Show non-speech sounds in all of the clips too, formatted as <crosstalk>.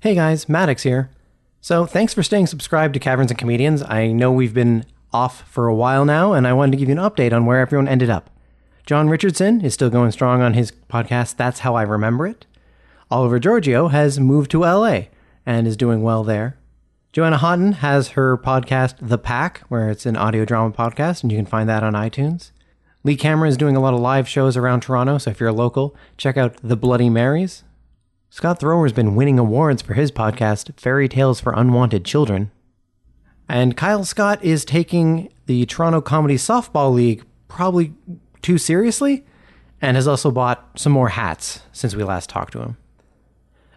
Hey guys, Maddox here. So, thanks for staying subscribed to Caverns and Comedians. I know we've been off for a while now, and I wanted to give you an update on where everyone ended up. John Richardson is still going strong on his podcast, That's How I Remember It. Oliver Giorgio has moved to LA and is doing well there. Joanna Houghton has her podcast, The Pack, where it's an audio drama podcast, and you can find that on iTunes. Lee Cameron is doing a lot of live shows around Toronto, so if you're local, check out The Bloody Marys. Scott Thrower's been winning awards for his podcast, Fairy Tales for Unwanted Children. And Kyle Scott is taking the Toronto Comedy Softball League probably too seriously and has also bought some more hats since we last talked to him.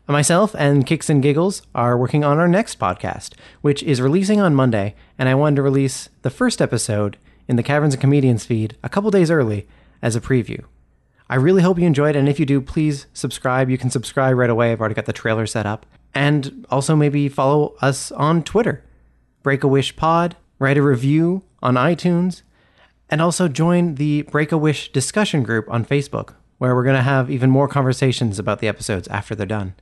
Myself and Kicks and Giggles are working on our next podcast, which is releasing on Monday, and I wanted to release the first episode in the Caverns and Comedians feed a couple days early as a preview. I really hope you enjoyed, and if you do, please subscribe. You can subscribe right away. I've already got the trailer set up. And also maybe follow us on Twitter. Break a Wish Pod, write a review on iTunes, and also join the Break a Wish discussion group on Facebook, where we're going to have even more conversations about the episodes after they're done.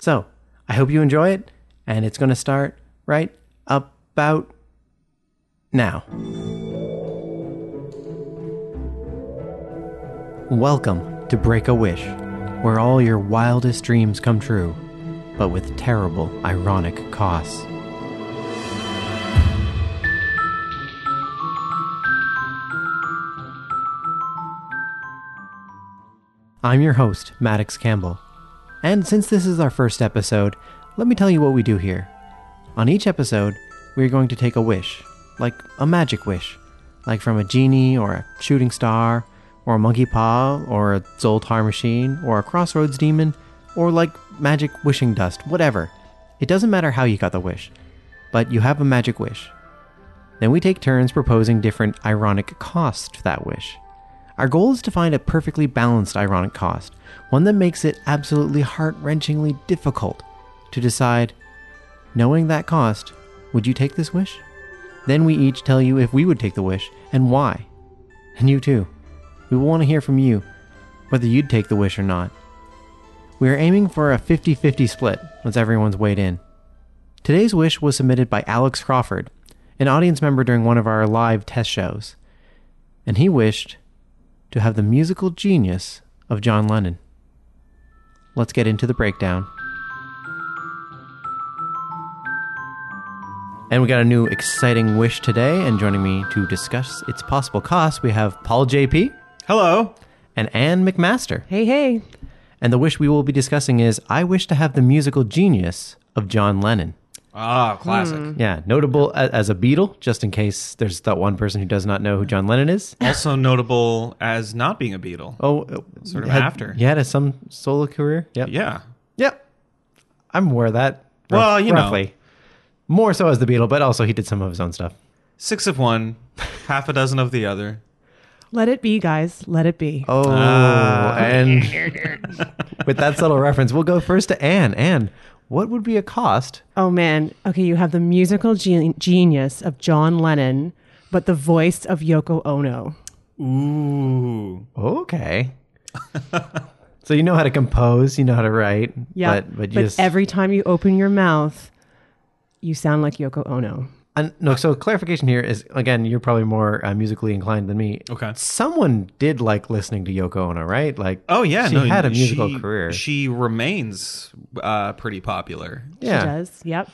So I hope you enjoy it, and it's going to start right about now. Welcome to Break a Wish, where all your wildest dreams come true, but with terrible, ironic costs. I'm your host, Maddox Campbell. And since this is our first episode, let me tell you what we do here. On each episode, we're going to take a wish, like a magic wish, like from a genie or a shooting star, or a monkey paw, or a Zoltar machine, or a crossroads demon, or like magic wishing dust, whatever. It doesn't matter how you got the wish, but you have a magic wish. Then we take turns proposing different ironic costs to that wish. Our goal is to find a perfectly balanced ironic cost, one that makes it absolutely heart wrenchingly difficult to decide knowing that cost, would you take this wish? Then we each tell you if we would take the wish and why. And you too. We will want to hear from you whether you'd take the wish or not. We are aiming for a 50 50 split once everyone's weighed in. Today's wish was submitted by Alex Crawford, an audience member during one of our live test shows, and he wished to have the musical genius of John Lennon. Let's get into the breakdown. And we got a new exciting wish today, and joining me to discuss its possible costs, we have Paul JP Hello. and Anne McMaster. Hey, hey. And the wish we will be discussing is I wish to have the musical genius of John Lennon. Ah, classic. Yeah, notable a- as a Beatle, just in case there's that one person who does not know who John Lennon is. Also notable as not being a Beatle. Oh, Sort of had, after. You had a, some solo career? Yep. Yeah. Yep. I'm aware of that. rough- Well, you know. roughly. More so as the Beatle, but also he did some of his own stuff. Six of one, half a dozen of the other. Let it be, guys. Let it be. Oh, <laughs> and with that subtle reference, we'll go first to Anne. Anne, what would be a cost? Oh, man. Okay, you have the musical gen- genius of John Lennon, but the voice of Yoko Ono. Ooh. Okay. <laughs> so you know how to compose, you know how to write. Yeah. But, but, you just. every time you open your mouth, you sound like Yoko Ono. And, no, so clarification here is again, you're probably more uh, musically inclined than me. Okay. Someone did like listening to Yoko Ono, right? Like, Oh yeah, she no, had a musical she- career. She remains uh, pretty popular. She does. Yep.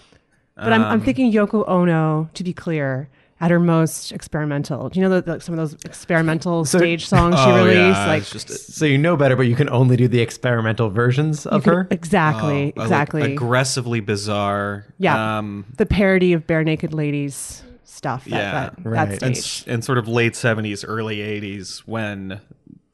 But I'm, Um, I'm thinking Yoko Ono, to be clear, at her most experimental. Do you know the, the, some of those experimental stage songs she oh, released? yeah, like, it's just So you know better, but you can only do the experimental versions of her. exactly. uh, like, exactly. aggressively bizarre. Yeah. Um, the parody of bare naked ladies stuff. That, Yeah. that, that Right. and, stage. s- and sort of late seventies, early eighties, when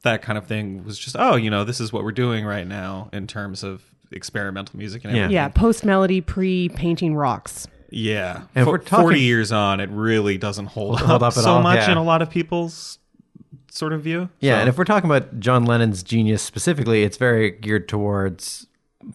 that kind of thing was just oh, you know, this is what we're doing right now in terms of experimental music and Yeah. everything. yeah, post melody, pre painting rocks. Yeah. And if Fo- we're talking- 40 years on, it really doesn't hold, Hold up, up at so all, much yeah. in a lot of people's sort of view. Yeah, So- and if we're talking about John Lennon's genius specifically, it's very geared towards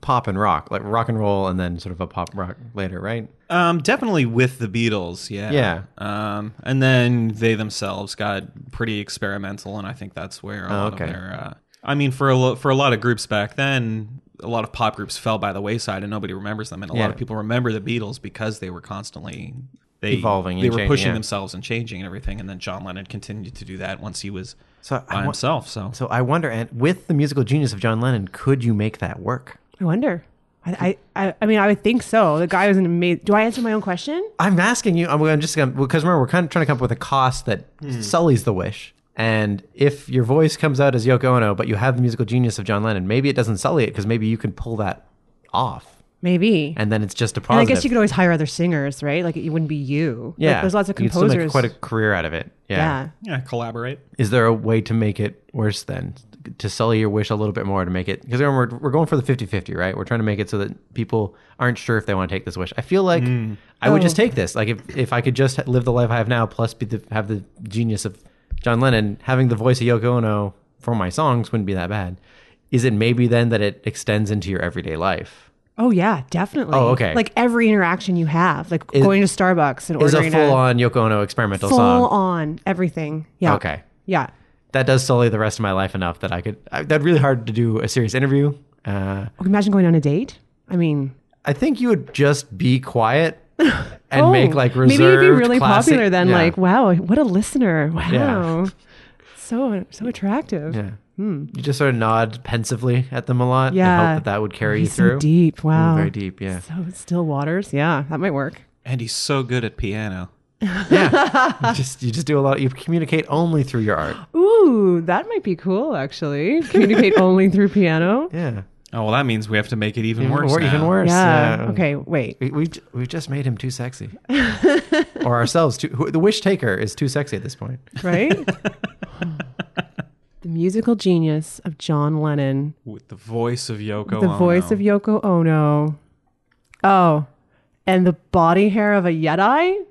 pop and rock, like rock and roll, and then sort of a pop rock later, right? um, definitely with the Beatles. Yeah. Yeah. Um, and then they themselves got pretty experimental, and I think that's where a lot Oh, okay. of their. Uh, I mean, for a lo- for a lot of groups back then, a lot of pop groups fell by the wayside and nobody remembers them. And a Yeah. lot of people remember the Beatles because they were constantly they, Evolving and They were changing, pushing yeah. themselves and changing and everything. And then John Lennon continued to do that once he was So I by wa- himself. So, So I wonder, and with the musical genius of John Lennon, could you make that work? I wonder. I, I, I- I mean, I would think so. The guy was an amazing. Do I answer my own question? I'm asking you. I'm, I'm just gonna because remember we're kind of trying to come up with a cost that sullies the wish. And if your voice comes out as Yoko Ono, but you have the musical genius of John Lennon, maybe it doesn't sully it because maybe you can pull that off, Maybe. And, and then it's just a I positive. guess you could always hire other singers, right? Like it wouldn't be you. Like, yeah, there's lots of You'd still composers. make quite a career out of it. Yeah. yeah. yeah, collaborate. Is there a way to make it worse then? To sully your wish a little bit more to make it because we're we're going for the 50-50, right? We're trying to make it so that people aren't sure if they want to take this wish. I feel like I would Oh. just take this. Like if, if I could just live the life I have now, plus be the, have the genius of John Lennon, having the voice of Yoko Ono for my songs wouldn't be that bad. Is it maybe then that it extends into your everyday life? Oh yeah, definitely. Oh, okay. Like every interaction you have, like going to Starbucks and Is a ordering full on Yoko Ono experimental song? full on everything. Yeah. Okay. Yeah. That does sully the rest of my life enough that I could. I, that'd really hard to do a serious interview. Uh, Okay, Oh, Imagine going on a date. I mean, I think you would just be <laughs> quiet and make oh, like reserved. maybe you'd be really classic- popular then. Yeah. Like, wow, what a listener! Wow, so so attractive. yeah. You just sort of nod pensively at them a lot. and hmm. Yeah. hope that that would carry He's you through. so deep. Wow, very deep. Yeah, So still waters. Yeah, that might work. And he's so good at piano. yeah. You just you just do a lot. You communicate only through your <gasps> art. Ooh, that might be cool. <laughs> Actually, communicate only through piano. Yeah, Oh well, that means we have to make it even, even, worse. wor- even now. worse. Yeah. Okay. Wait. We, we've, we've just made him too <laughs> sexy. or ourselves. Too, who, the wish taker is too sexy at this point. <laughs> Right. the musical genius of John Lennon. With the voice of Yoko. Oh, the voice Ono. of Yoko Ono. Oh, and the body hair of a Yeti,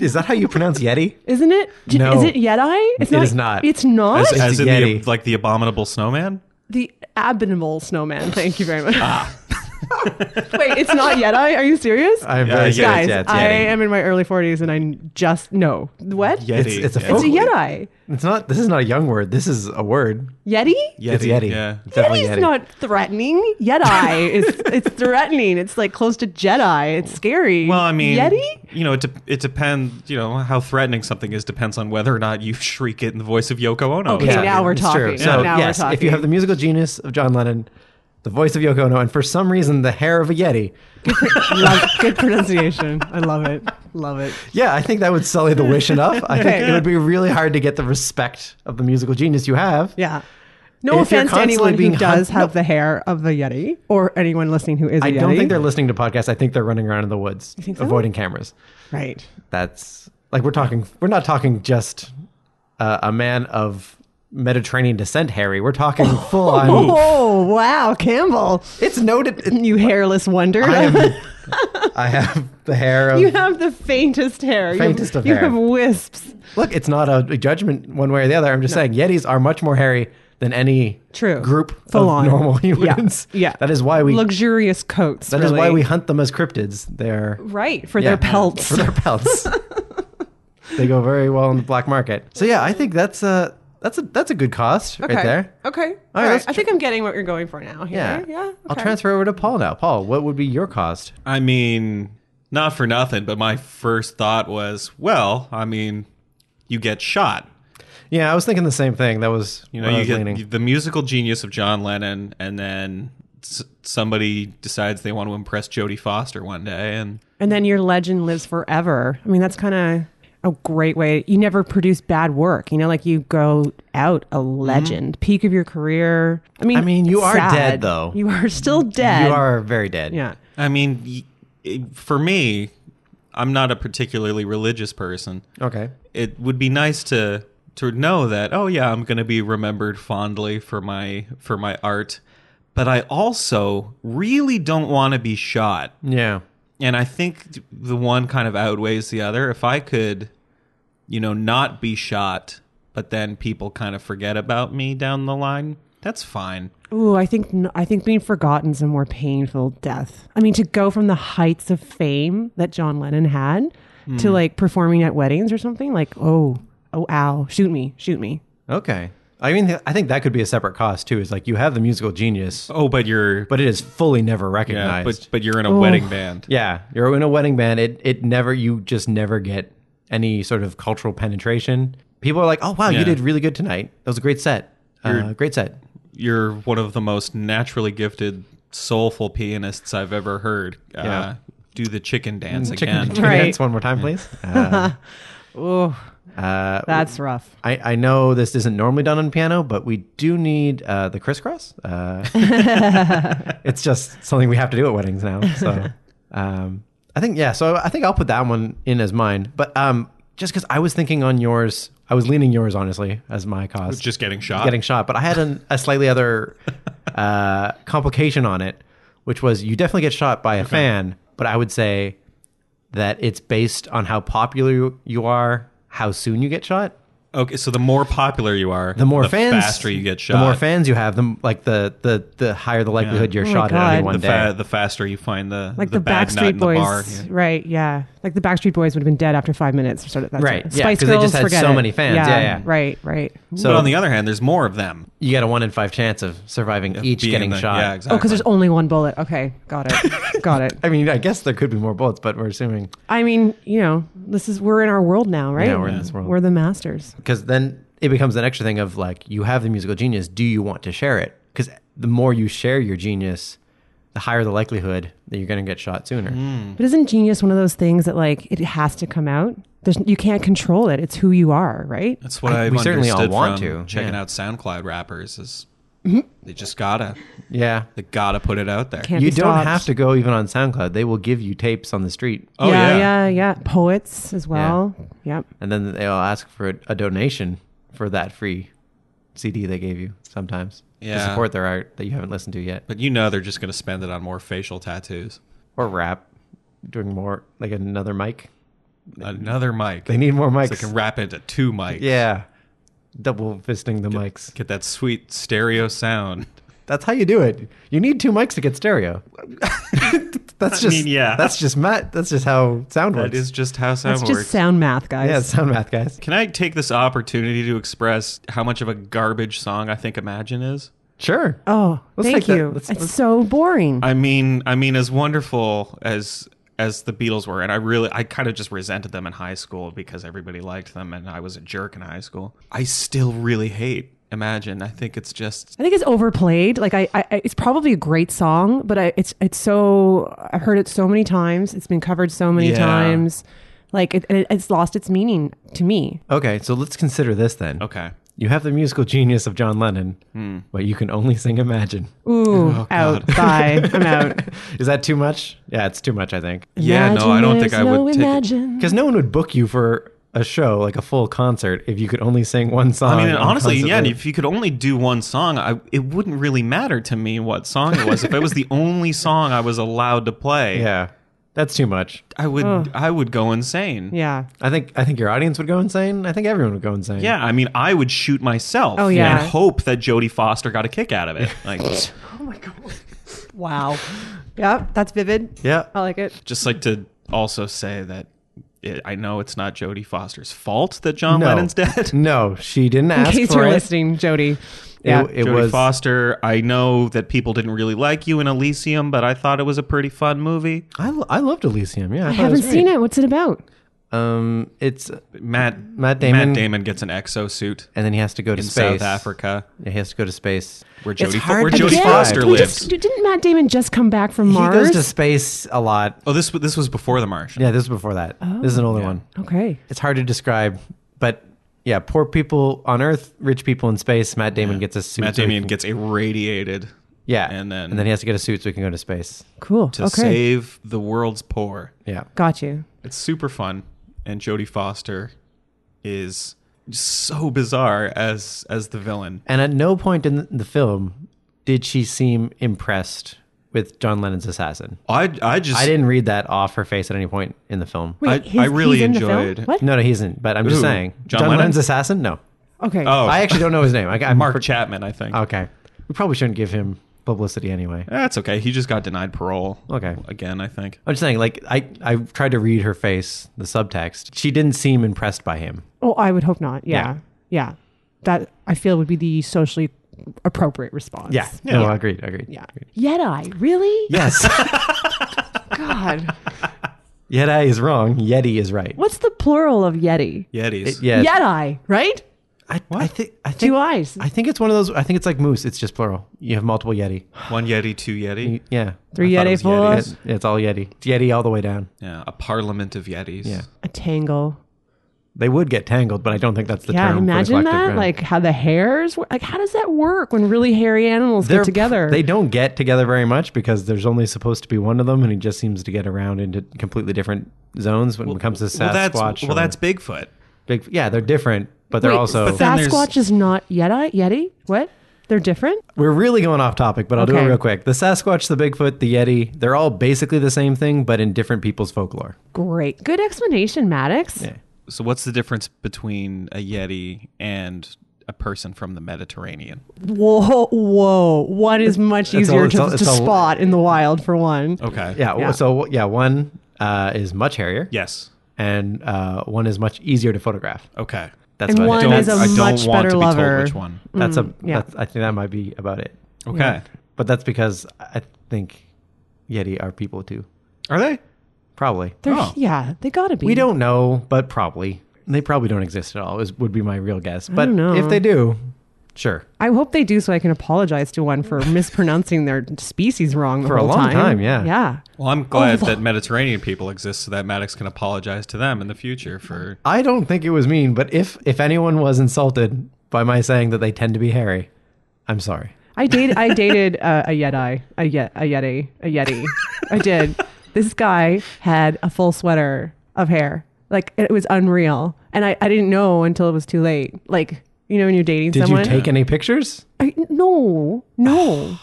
Is that how you pronounce Yeti? isn't it? J- No. Is it Yeti? It's It is not. It's not as, It's as a in the, Yeti. like the abominable snowman. the abominable snowman. Thank you very much. Ah. <laughs> Wait, it's not Yeti. Are you serious? I'm Yeah, very yeah, serious. Guys, Yeah, it's I Yeti. am in my early 40s and I just no. What? Yeti. It's- it's a yeah. It's a Totally. Yeti. It's not. This is not a young word. This is a word. Yeti? It's Yeti. Yeah. It's definitely Yeti's Yeti. not threatening. Yeti is it's threatening. It's like close to Jedi. It's scary. Well, I mean, Yeti? <laughs> You know, it, de- it depends. You know how threatening something is depends on whether or not you <laughs> shriek it in the voice of Yoko Ono. Okay, Yeah. now we're it's talking. So Now we're yes, if you talking. have the musical genius of John Lennon, the voice of Yoko Ono, and for some reason the hair of a Yeti, love, good pronunciation. I love it. Love it. yeah, I think that would sully the wish enough. I think it would be really hard to get the respect of the musical genius you have. Yeah. No If you're offense to anyone constantly being who does hunt- have the hair of the Yeti or anyone listening who is a I Yeti. don't think they're listening to podcasts. I think they're running around in the woods, think so? avoiding cameras. right. That's like we're talking. We're not talking just uh, a man of Mediterranean descent, Harry. We're <laughs> talking full on. Oh wow, Campbell, It's noted. you hairless wonder. I am. <laughs> I have the hair of <laughs> you have the faintest hair. You have- Faintest of you hair. have wisps. Look, it's not a judgment one way or the other. I'm just saying Yetis are much more hairy than any True. group Full of on. normal Yeah. humans. Yeah. That is why we That is Luxurious coats. That is why we hunt them as cryptids. They're right for yeah, their pelts. For their <laughs> pelts. they go very well in the black market. So yeah, I think that's a that's a that's a good cost right there. Okay. All right. right, let's I think I'm getting what you're going for now. Here. Yeah. Yeah. Okay. I'll transfer over to Paul now. Paul, what would be your cost? I mean, not for nothing, but my first thought was, well, I mean, you get shot. Yeah, I was thinking the same thing. That was You you know, I you was get leaning. the musical genius of John Lennon, and then s- somebody decides they want to impress Jodie Foster one day, and And then your legend lives forever. I mean, that's kind of a great way. You never produce bad work. You know, like you go out a legend, peak of your career. I mean, Mm-hmm. I mean, you are sad. dead, though. You are still dead. you are very dead. Yeah. I mean, y- it- for me, I'm not a particularly religious person. Okay. it would be nice to to know that oh yeah i'm going to be remembered fondly for my for my art but i also really don't want to be shot Yeah. and i think the one kind of outweighs the other if i could you know not be shot but then people kind of forget about me down the line that's fine Ooh, I think n- I think being forgotten is a more painful death. I mean, to go from the heights of fame that John Lennon had Mm. to like performing at weddings or something, like oh, oh, ow, shoot me, shoot me. Okay. I mean, I think that could be a separate cost too. Is like you have the musical genius, Oh, but you're but it is fully never yeah, recognized. but but you're in Oh. a wedding band. Yeah, you're in a wedding band. It it never you just never get any sort of cultural penetration. People are like, "Oh wow, Yeah. you did really good tonight. That was a great set. Uh, great set." <laughs> You're one of the most naturally gifted, soulful pianists I've ever heard. Uh, Yeah. Do the chicken Mm, dance Chicken again. chicken Right. dance one more time, <laughs> please. Uh, Oh, uh, that's rough. I I know this isn't normally done on piano, but we do need uh, the crisscross. Uh, <laughs> it's just something we have to do at weddings now. So, um, I think yeah. So I think I'll put that one in as mine. But um, just because I was thinking on yours, I was leaning yours honestly as my cost. Just getting shot. getting shot. But I had an, a slightly <laughs> other uh, complication on it, which was you definitely get shot by a fan, but I would say that it's based on how popular you- you are, how soon you get shot. okay, so the more popular you are, The more fans, faster you get shot. The more fans you have, the like the the the higher the likelihood you're Oh my shot at any God. one the, day. fa- the faster you find the Like the, the, bad nut Backstreet in the Boys, bar. Yeah. right? Yeah, like the Backstreet Boys would have been dead after five minutes or sort of that Right, sort of- yeah, Spice 'cause they Girls, just had forget so it. many fans. Yeah, yeah. Right. Right. so but on the other hand, there's more of them. you got a one in five chance of surviving each being getting the- shot. Yeah, Oh, exactly. because there's only one bullet. Okay, got <laughs> it. got it. I mean, I guess there could be more bullets, but we're assuming I mean, you know, this is we're in our world now, right? Yeah, we're in this world. We're the masters. because then it becomes an extra thing of like you have the musical genius do you want to share it because the more you share your genius the higher the likelihood that you're going to get shot sooner Hmm. But isn't genius one of those things that like it has to come out? There's you can't control it. It's who you are, right? That's what I- I, we certainly all understood want from to, yeah. checking Mm-hmm. out SoundCloud rappers is they just gotta yeah they gotta put it out there. Can't you be don't stopped. have to go even on soundcloud they will give you tapes on the street Oh, yeah, yeah. yeah, yeah. Poets as well. Yep. and then they'll ask for a, a donation for that free cd they gave you sometimes to Yeah. support their art that you haven't listened to yet But you know they're just gonna spend it on more facial tattoos. or rap doing more like another mic Another mic. they need more so they mics can wrap into two mics. yeah double fisting the mics Get that sweet stereo sound. That's how you do it. You need two mics to get <laughs> stereo. that's I just mean, yeah. That's just Matt. That's just how sound works. That is just how sound That's works. just sound math, guys. yeah, it's sound math, guys. Can I take this opportunity to express how much of a garbage song I think Imagine is? Sure. Oh, Let's take thank that. you. Let's- it's let's- so boring. I mean, I mean, as wonderful as as the Beatles were, and I really, I kind of just resented them in high school because everybody liked them, and I was a jerk in high school. I still really hate Imagine. I think it's just I think it's overplayed. Like I, I I- it's probably a great song, but I, it's it's so I've heard it so many times. It's been covered so many Yeah. times. Like it, and it, it's lost its meaning to me. Okay, so let's consider this then. okay. Hmm. You have the musical genius of John Lennon, but you can only sing Imagine. Oh, Ooh, out, bye, <laughs> I'm out. <laughs> Is that too much? Yeah, it's too much, I think. Yeah, no, I don't think I there's no would take. it. imagine. Because no one would book you for a show, like a full concert, if you could only sing one song. I mean, and on honestly, constant yeah. and loop. If you could only do one song, I, it wouldn't really matter to me what song it was. if it was the only song I was allowed to play, yeah, that's too much. I would, I would go insane. Yeah. I think I think your audience would go insane. I think everyone would go insane. Yeah, I mean, I would shoot myself Oh, yeah. and hope that Jodie Foster got a kick out of it. Like, Wow. Yep, that's vivid. yeah. Oh, I like it. just like to also say that it, I know it's not Jodie Foster's fault that John No. Lennon's <laughs> dead. No, she didn't In ask case for you're it. listening, Jody. Yeah. It, it Jodie was Foster, I know that people didn't really like you in Elysium, but I thought it was a pretty fun movie. I, lo- I loved Elysium. Yeah, I haven't seen it. What's it about? Um, it's Matt Matt Damon. Matt Damon gets an exosuit and then he has to go to in space. South Africa. Yeah, he has to go to space. Where It's Jodie- hard where to Jodie describe. Foster Can we lives. just- didn't Matt Damon just come back from He Mars? goes to space a lot. Oh, this this was before The Martian. Yeah, this is before that. this is an older one. okay. It's hard to describe, but yeah, poor people on Earth, rich people in space. Matt Damon gets a suit. Matt so he Damon can- gets irradiated yeah, and then- and then he has to get a suit so he can go to space. Cool. to okay. save the world's poor. Yeah, Got you. It's super fun, and Jodie Foster is so bizarre as as the villain. and at no point in the film did she seem impressed with John Lennon's assassin. I I just I didn't read that off her face at any point in the film. I- I really in the film? enjoyed- What? No, no, he isn't. But I'm just Who? saying, John John, Lennon? Lennon's assassin. No, Okay. Oh, I actually don't know his name. I, I'm Mark for- Chapman, I think. Okay, we probably shouldn't give him publicity anyway. That's okay. He just got denied parole. Okay. Again, I think. I'm just saying, like, I I tried to read her face, the subtext. She didn't seem impressed by him. Oh, I would hope not. Yeah. Yeah. Yeah. that I feel would be the socially appropriate response. Yeah. No, agreed. Agreed. Yeah. <laughs> Yeti, really? <laughs> Yes. God. Yeti is wrong. Yeti is right. What's the plural of Yeti? Yetis. It- yeah. Yeti, right? I, I think. I think. Two eyes. I think it's one of those. I think it's like moose. It's just plural. You have multiple Yeti. One Yeti, two Yeti. Yeah. Three I thought it Yeti, was four. Yeti. Yetis. It- it's all Yeti. It's Yeti all the way down. Yeah, a parliament of Yetis. Yeah. A tangle. They would get tangled, but I don't think that's the yeah, term. for the imagine collective that. ground. Like how the hairs work. Like how does that work when really hairy animals They're- get together? They don't get together very much because there's only supposed to be one of them, and he just seems to get around into completely different zones when it comes to Sasquatch. Well, that's or well, that's Bigfoot. big. Yeah, they're different, but they're Wait, also. then there's- Sasquatch is not Yeti. Yeti? What? They're different. We're really going off topic, but I'll do it Okay. real quick. The Sasquatch, the Bigfoot, the Yeti, they're all basically the same thing, but in different people's folklore. Great. Good explanation, Maddox. Yeah. So what's the difference between a Yeti and a person from the Mediterranean? Whoa, whoa. One is much It's easier all- it's to, all- it's to all- Oh. spot in the wild for one. Okay. Yeah. Yeah. So, yeah, one uh, is much hairier, Yes. and uh, one is much easier to photograph. Okay. That's And about one it. Don't, is a I don't much want better to be lover. told which one. That's a. yeah. That's, I think that might be about it. Okay. But that's because I think Yeti are people too. Are they? Probably. They're, Oh. Yeah, they gotta be. We don't know, but probably. They probably don't exist at all, is, would be my real guess. But don't know. if they do, sure. I hope they do so I can apologize to one for mispronouncing their species wrong the For a whole long time, yeah. Yeah. Well, I'm glad that Mediterranean people exist so that Maddox can apologize to them in the future for. I don't think it was mean, but if, if anyone was insulted by my saying that they tend to be hairy, I'm sorry. I dated I dated uh, a Yeti, a yet a Yeti, a Yeti. I did. This guy had a full sweater of hair. Like it was unreal. And I, I didn't know until it was too late. Like, you know when you're dating Did someone. you take any pictures? I, no. <sighs> No.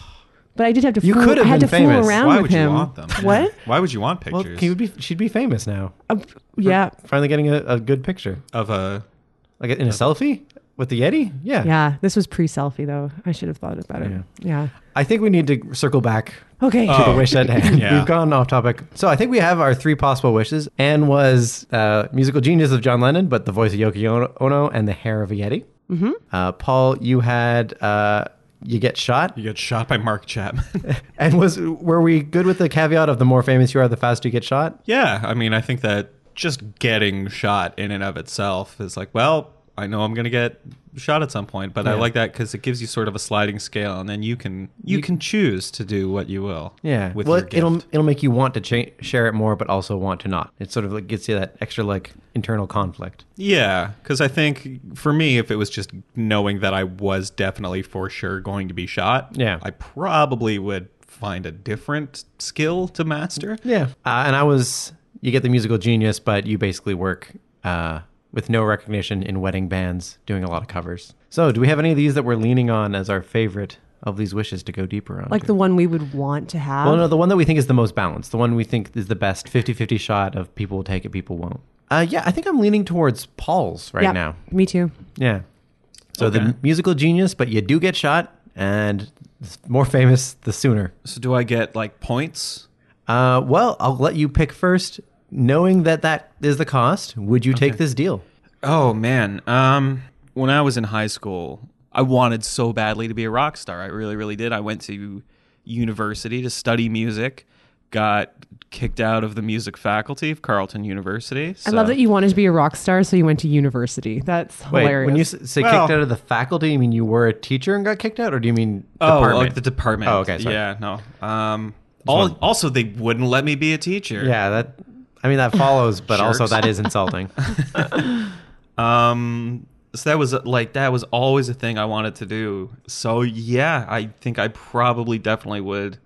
But I did have to You fool, could have I had been to famous. fool around Why with would him. you want them? What? Why would you want Well, pictures he would be, she'd be famous now. Uh, yeah. Finally getting a, a good picture. of a? Like in a selfie with the Yeti? Yeah. Yeah. This was pre selfie though. I should have thought about it. Yeah. Yeah. I think we need to circle back Okay. to Oh. the wish at hand. <laughs> Yeah. We've gone off topic. So I think we have our three possible wishes. Anne was uh, musical genius of John Lennon, but the voice of Yoko Ono- Ono and the hair of a Yeti. Mm-hmm. Uh, Paul, you had uh, you get shot, You get shot by Mark Chapman. <laughs> and was were we good with the caveat of the more famous you are, the faster you get shot? yeah, I mean, I think that just getting shot in and of itself is like, well, I know I'm gonna get shot at some point, but I Yeah. like that because it gives you sort of a sliding scale, and then you can you, can choose to do what you will. Yeah, with well, your gift. it'll it'll make you want to cha- share it more, but also want to not. It sort of like gets you that extra like internal conflict. Yeah, because I think for me, if it was just knowing that I was definitely for sure going to be shot, Yeah. I probably would find a different skill to master. Yeah. Uh, and I was, you get the musical genius, but you basically work uh, with no recognition in wedding bands doing a lot of covers. So, do we have any of these that we're leaning on as our favorite of these wishes to go deeper on? Like the one we would want to have. well, no, the one that we think is the most balanced, the one we think is the best 50 50 shot of people will take it, people won't. Uh, yeah, I think I'm leaning towards Paul's right yeah, now. Me too. Yeah. So, Okay. the musical genius, but you do get shot, and the more famous the sooner. So, do I get like points? Uh, well, I'll let you pick first. Knowing that that is the cost, would you take this deal? Oh man, um, when I was in high school, I wanted so badly to be a rock star. I really, really did. I went to university to study music. Got kicked out of the music faculty of Carleton University. I love that you wanted to be a rock star, so you went to university. That's hilarious. when you s- say Well- kicked out of the faculty, you mean you were a teacher and got kicked out, or do you mean Oh, department? like the department. Oh, okay, sorry. Yeah, no. Um, all, one- also, they wouldn't let me be a teacher. yeah, that. I mean that follows, but also <laughs> Jerks. that is <laughs> insulting. Um, so that was uh, like that was always a thing I wanted to do. So yeah, I think I probably definitely would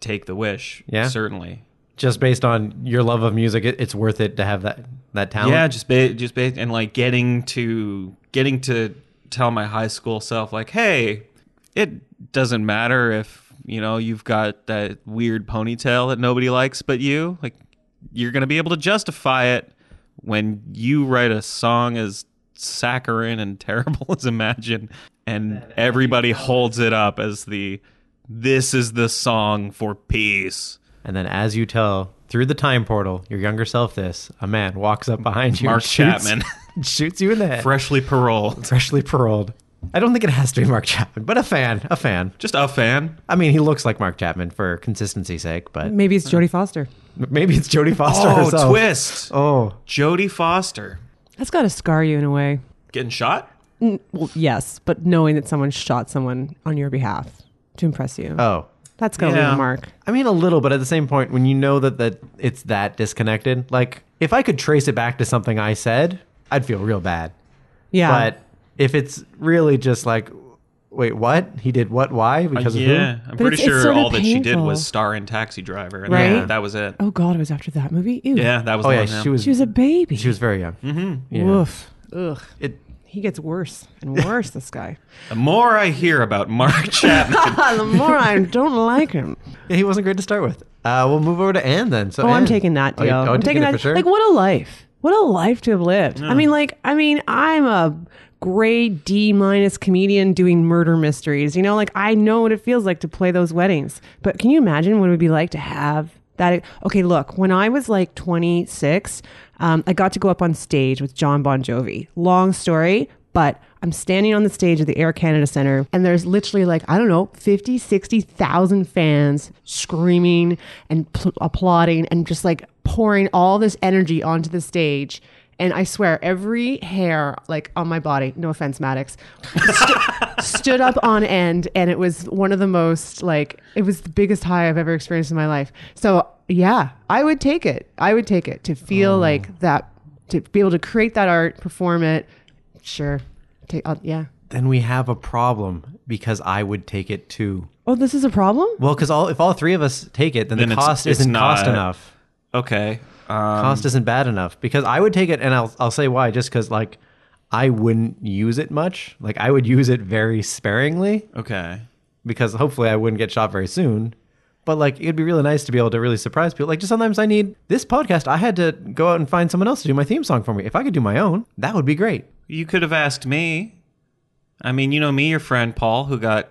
take the wish. Yeah? certainly. Just based on your love of music, it, it's worth it to have that that talent. Yeah, just ba- just ba- and like getting to getting to tell my high school self like, hey, it doesn't matter if you know you've got that weird ponytail that nobody likes but you. Like, you're gonna be able to justify it when you write a song as saccharine and <laughs> terrible as Imagine, and everybody holds it up as the this is the song for peace. And then, as you tell through the time portal, your younger self, this a man walks up behind you, and Mark <laughs> shoots- Chapman. shoots you in the head, Freshly paroled. freshly paroled. I don't think it has to be Mark Chapman, but a fan, a fan. Just a fan. I mean, he looks like Mark Chapman for consistency's sake, but Maybe it's Jodie Foster. maybe it's Jodie Foster Mm. Oh, herself. twist. Oh, Jodie Foster That's got to scar you in a way. getting shot. N- Well, yes, but knowing that someone shot someone on your behalf to impress you. oh. That's going to yeah. leave a mark. I mean, a little, but at the same point, when you know that that it's that disconnected, like if I could trace it back to something I said, I'd feel real bad. Yeah. But if it's really just like, wait, what he did, what, why, because of Uh, Yeah, who? I'm But pretty it's- it's sure sort of all that she did painful. was star in Taxi Driver, and Right? that, that was it. oh, God, it was after that movie? Ew. Yeah, that was. Oh the yeah, one, she was She was a baby. she was very young. Mm-hmm. Yeah. Woof. Ugh. It He gets worse and worse, this <laughs> guy. The more I hear about <laughs> Mark Chapman, the more I don't like him. yeah, he wasn't great to start with. Uh, we'll move over to Anne then. So Oh, I'm Anne. taking that Oh, deal. you- oh, I'm taking it that. for sure. Like, what a life! What a life to have lived. I mean, like, I mean, I'm a grade D minus comedian doing murder mysteries. You know, like I know what it feels like to play those weddings. But can you imagine what it would be like to have that? Okay, look, when I was like 26, um, I got to go up on stage with John Bon Jovi. Long story, but I'm standing on the stage at the Air Canada Center and there's literally like, I don't know, 50, 60,000 fans screaming and pl- applauding and just like pouring all this energy onto the stage. And I swear, every hair like on my body, no offense, Maddox, st- <laughs> stood up on end. And it was one of the most like, it was the biggest high I've ever experienced in my life. So yeah, I would take it. I would take it to feel like that, to be able to create that art, perform it, Sure. Take, I'll, yeah. then we have a problem because I would take it too. Oh, this is a problem? Well, because all if all three of us take it, then, Then the it's- cost it's isn't cost not- enough. okay, um, cost isn't bad enough because I would take it, and I'll I'll say why. Just because like I wouldn't use it much. Like I would use it very sparingly okay, because hopefully I wouldn't get shot very soon. But like it'd be really nice to be able to really surprise people. Like just sometimes I need this podcast. I had to go out and find someone else to do my theme song for me. If I could do my own, that would be great. you could have asked me. I mean, you know me, your friend Paul, who got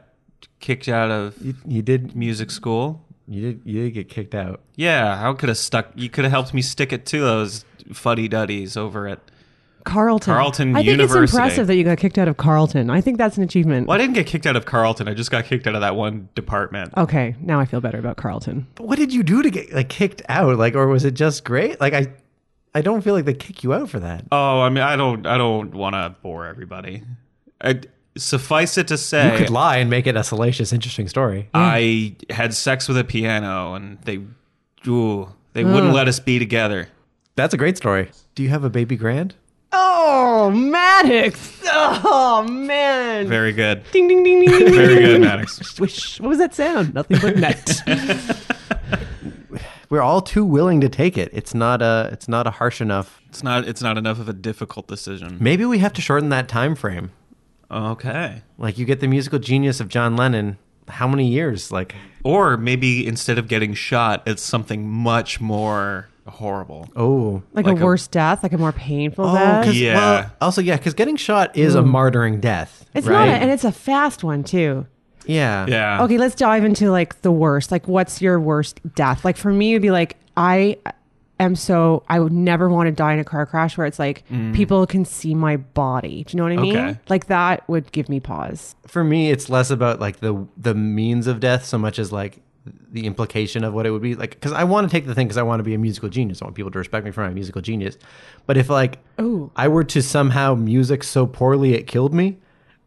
kicked out of You, you did music school. you did you did get kicked out. Yeah, how could have stuck? You could have helped me stick it to those fuddy duddies over at. Carleton. Carleton I think it's University. impressive that you got kicked out of Carleton. I think that's an achievement. Well, I didn't get kicked out of Carlton. I just got kicked out of that one department. Okay, now I feel better about Carleton. But what did you do to get like kicked out? Like or was it just great? Like I I don't feel like they kick you out for that. Oh, I mean, I don't, I don't want to bore everybody. I, suffice it to You say, could lie and make it a salacious, interesting story. I had sex with a piano, and they, ooh, they wouldn't let us be together. That's a great story. Do you have a baby grand? Oh, Maddox. Oh, man. Very good, ding, ding, ding, ding, ding. very good, Maddox. Swish. What was that sound? Nothing but net. We're all too willing to take it. It's not a it's not a harsh enough. It's not, it's not enough of a difficult decision. Maybe we have to shorten that time frame. Okay, Like you get the musical genius of John Lennon. How many years? Like or maybe instead of getting shot, it's something much more horrible. oh like, Like a a- worse death, like a more painful oh death. 'cause- Yeah. well, also yeah, because getting shot is a martyring death. Hmm. It's right? not, a, and it's a fast one, too. yeah. Yeah. Okay, let's dive into like the worst. Like, what's your worst death? Like for me, it'd be like I am so I would never want to die in a car crash where it's like people can see my body. Do you know what I mean? Okay. Like that would give me pause. For me, it's less about like the the means of death so much as like the implication of what it would be like. Because I want to take the thing because I want to be a musical genius. I want people to respect me for my musical genius. But if like Ooh. I were to somehow music so poorly it killed me,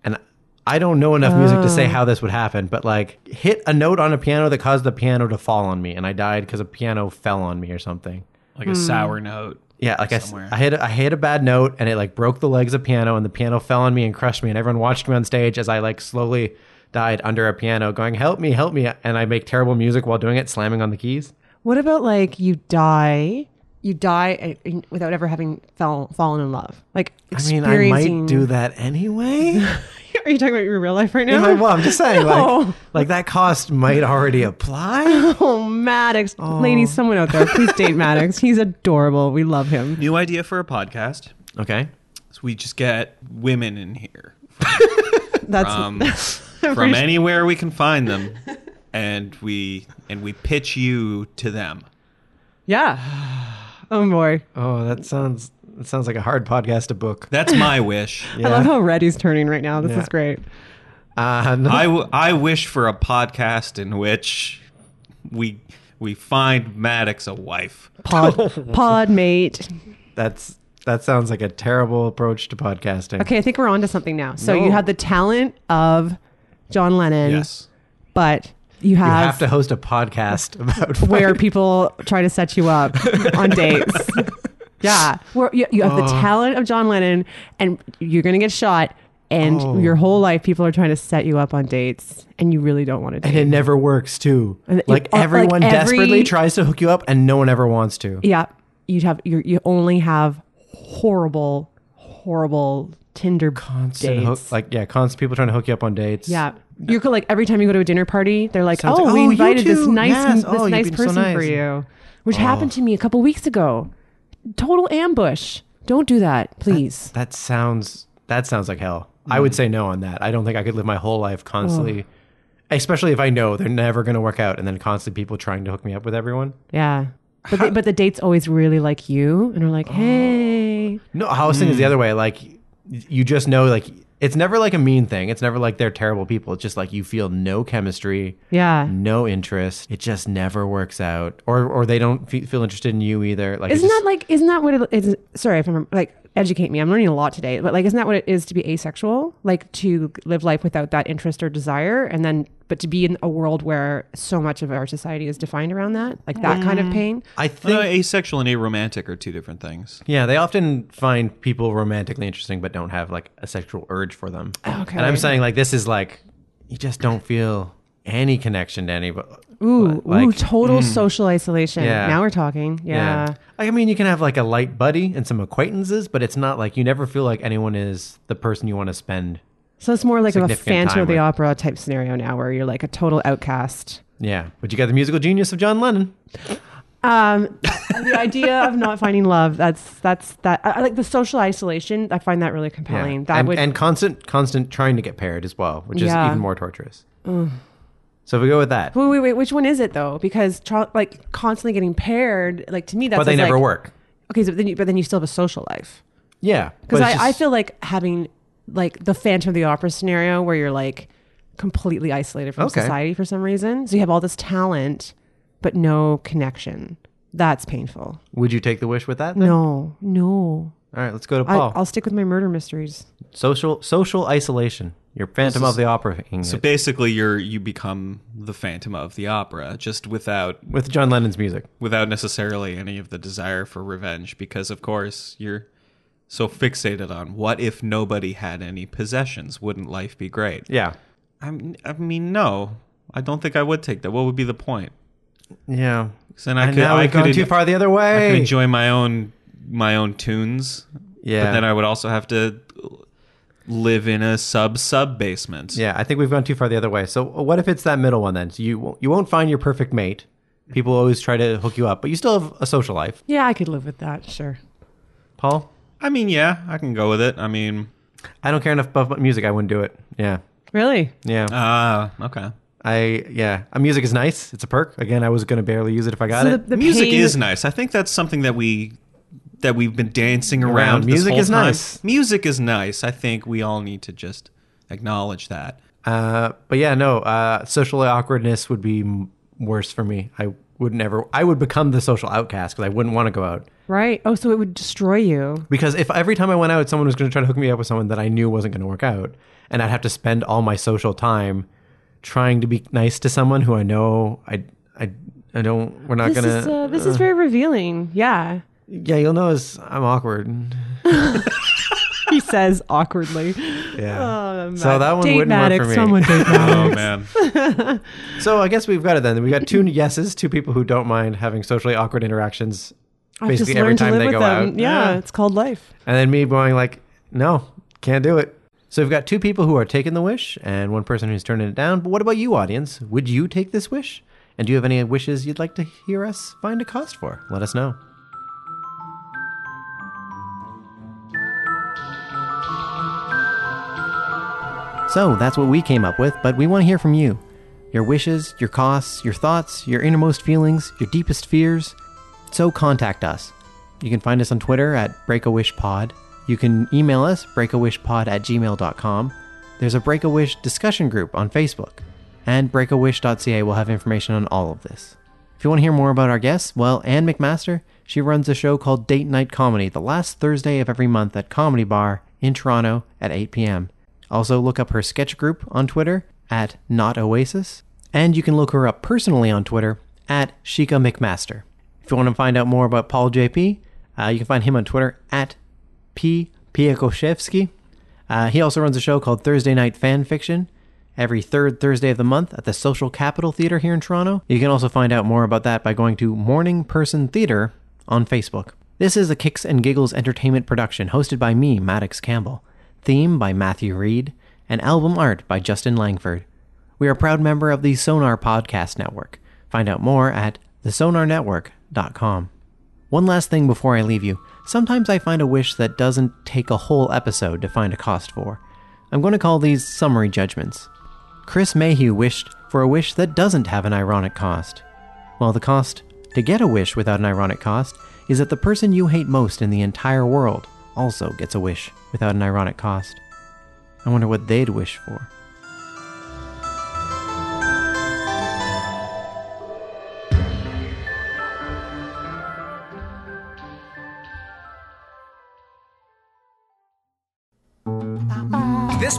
and I don't know enough music to say how this would happen, but like hit a note on a piano that caused the piano to fall on me, and I died because a piano fell on me or something. Like a sour note. Yeah, like I, s- Somewhere. I hit a- I hit a bad note and it like broke the legs of piano and the piano fell on me and crushed me and everyone watched me on stage as I like slowly died under a piano going help me help me and I make terrible music while doing it slamming on the keys. What about like you die? You die uh, in- without ever having fell, fallen in love. Like I mean, I might experiencing- do that anyway. <laughs> Are you talking about your real life right now? Am I- well, I'm just saying No. like like that cost might already apply. <laughs> oh, Maddox, ladies, someone out there, <laughs> please date Maddox. He's adorable. We love him. New idea for a podcast. Okay. So we just get women in here That's um, from anywhere we can find them, and we and we pitch you to them. yeah. Oh boy. Oh, that sounds It sounds like a hard podcast to book. That's my wish. I love how red he's turning right now. This Yeah. <laughs> is great. Uh, no- I, w- I wish for a podcast in which we we find Maddox a wife. Oh. Pod, pod mate. that's that sounds like a terrible approach to podcasting. Okay, I think we're on to something now. So No. you have the talent of John Lennon, Yes. but you You have, have to host a podcast <laughs> about where people try to set you up on <laughs> dates. Yeah, where you, you have the Uh. talent of John Lennon, and you're gonna get shot. And Oh. your whole life, people are trying to set you up on dates, and you really don't want to and date. it never works too. And it- Like uh, like everyone every- desperately tries to hook you up, and no one ever wants to. Yeah, you have you you only have horrible, horrible Tinder Constant dates. hook, like yeah, constant people trying to hook you up on dates. Yeah. You're co- like every time you go to a dinner party, they're like, Sounds "Oh, like- we oh, you invited this too. nice Yes. this Oh, you've nice been so person nice." for Oh. you," which happened to me a couple weeks ago. Total ambush. Don't do that, please. that sounds that sounds like hell. I would say no on that. I don't think I could live my whole life constantly, especially if I know they're never going to work out, and then constant people trying to hook me up with everyone. yeah. But the, but the dates always really like you, and are like, Oh. "Hey, No, I was Hmm. thinking the other way. Like y- you just know, like it's never like a mean thing. It's never like they're terrible people. It's just like you feel no chemistry, yeah." no interest. It just never works out, or or they don't fe- feel interested in you either. Like it Isn't just- that like? Isn't that what it is? Sorry if I'm like educate me. I'm learning a lot today. But like, isn't that what it is to be asexual? Like to live life without that interest or desire, and then but to be in a world where so much of our society is defined around that, like that kind Mm. of pain. I No, think. Uh, asexual and aromantic are two different things. Yeah, they often find people romantically interesting, but don't have like a sexual urge for them. Okay. And I'm saying like this is like you just don't feel any connection to anybody. Ooh, like- mm. ooh, total social isolation. Yeah. Now we're talking. Yeah. I mean, you can have like a light buddy and some acquaintances, but it's not like you never feel like anyone is the person you want to spend. So it's more like of a Significant Phantom time of the with- Opera type scenario now, where you're like a total outcast. Yeah. But you got the musical genius of John Lennon. Um, the idea of not finding love—that's that's that. I, I like the social isolation. I find that really compelling. That and, would and constant, constant trying to get paired as well, which Yeah. is even more torturous. So if we go with that, Wait, wait, wait. Which one is it though? Because tra- like constantly getting paired, like to me, that's but they never like, work. Okay, so then you, but then you still have a social life. Yeah. Because but I, it's I just- feel like having like the Phantom of the Opera scenario where you're like completely isolated from Okay. society for some reason. So you have all this talent, but no connection. That's painful. Would you take the wish with that? then? Oh. No, no. All right, let's go to I, Paul. I'll stick with my murder mysteries. Social social isolation. Your Phantom of the Opera. So basically, you're you become the Phantom of the Opera, just without with John Lennon's music. without necessarily any of the desire for revenge, because of course you're so fixated on what if nobody had any possessions? Wouldn't life be great? Yeah. I'm, I mean, no, I don't think I would take that. What would be the point? Yeah. 'Cause Then I and could, now I we've could gone en- too far the other I way. could enjoy my own my own tunes. Yeah. but then I would also have to live in a sub sub basement. Yeah, I think we've gone too far the other way. So what if it's that middle one then? So you won't- you won't find your perfect mate. People always try to hook you up, but you still have a social life. Yeah, I could live with that. Sure. Paul, I mean, yeah, I can go with it. I mean, I don't care enough about music. I wouldn't do it. Yeah, Really? yeah. ah, okay. I yeah. Uh, music is nice. It's a perk. Again, I was gonna barely use it if I got So it. the- the music pain- is nice. I think that's something that we that we've been dancing around. Around. this Music whole is time. nice. Music is nice. I think we all need to just acknowledge that. Uh, but yeah, no. Uh, social awkwardness would be m- worse for me. I would never. I would become the social outcast because I wouldn't want to go out. Right. Oh, so it would destroy you. Because if every time I went out, someone was going to try to hook me up with someone that I knew wasn't going to work out, and I'd have to spend all my social time trying to be nice to someone who I know I I I don't. We're not This gonna. is uh, this is very revealing. Yeah. yeah, you'll notice I'm awkward. he says awkwardly. Yeah. Oh, so that one wouldn't work for me. <laughs> Someone date Oh Maddox. man, So I guess we've got it then. We got two yeses, two people who don't mind having socially awkward interactions, <laughs> I've just basically every learned to time live they with go them. out. Yeah, Yeah. it's called life. And then me going like, no, can't do it. So we've got two people who are taking the wish and one person who's turning it down. But what about you, audience? Would you take this wish? And do you have any wishes you'd like to hear us find a cost for? Let us know. So that's what we came up with, but we want to hear from you. Your wishes, your costs, your thoughts, your innermost feelings, your deepest fears. So contact us. You can find us on Twitter at Break a Wish Pod. You can email us, breakawishpod at gmail.com. There's a Break a Wish discussion group on Facebook, and breakawish.ca will have information on all of this. If you want to hear more about our guests, well, Anne McMaster, she runs a show called Date Night Comedy the last Thursday of every month at Comedy Bar in Toronto at 8 p.m. Also, look up her sketch group on Twitter at Not Oasis, and you can look her up personally on Twitter at Sheikah McMaster. If you want to find out more about Paul JP, uh, you can find him on Twitter at P. Piakoshevsky. Uh, he also runs a show called Thursday Night Fan Fiction every third Thursday of the month at the Social Capital Theater here in Toronto. You can also find out more about that by going to Morning Person Theater on Facebook. This is a Kicks and Giggles entertainment production hosted by me, Maddox Campbell, theme by Matthew Reed, and album art by Justin Langford. We are a proud member of the Sonar Podcast Network. Find out more at thesonarnetwork.com. One last thing before I leave you. Sometimes I find a wish that doesn't take a whole episode to find a cost for. I'm going to call these summary judgments. Chris Mayhew wished for a wish that doesn't have an ironic cost. Well, the cost to get a wish without an ironic cost is that the person you hate most in the entire world also gets a wish without an ironic cost. I wonder what they'd wish for. This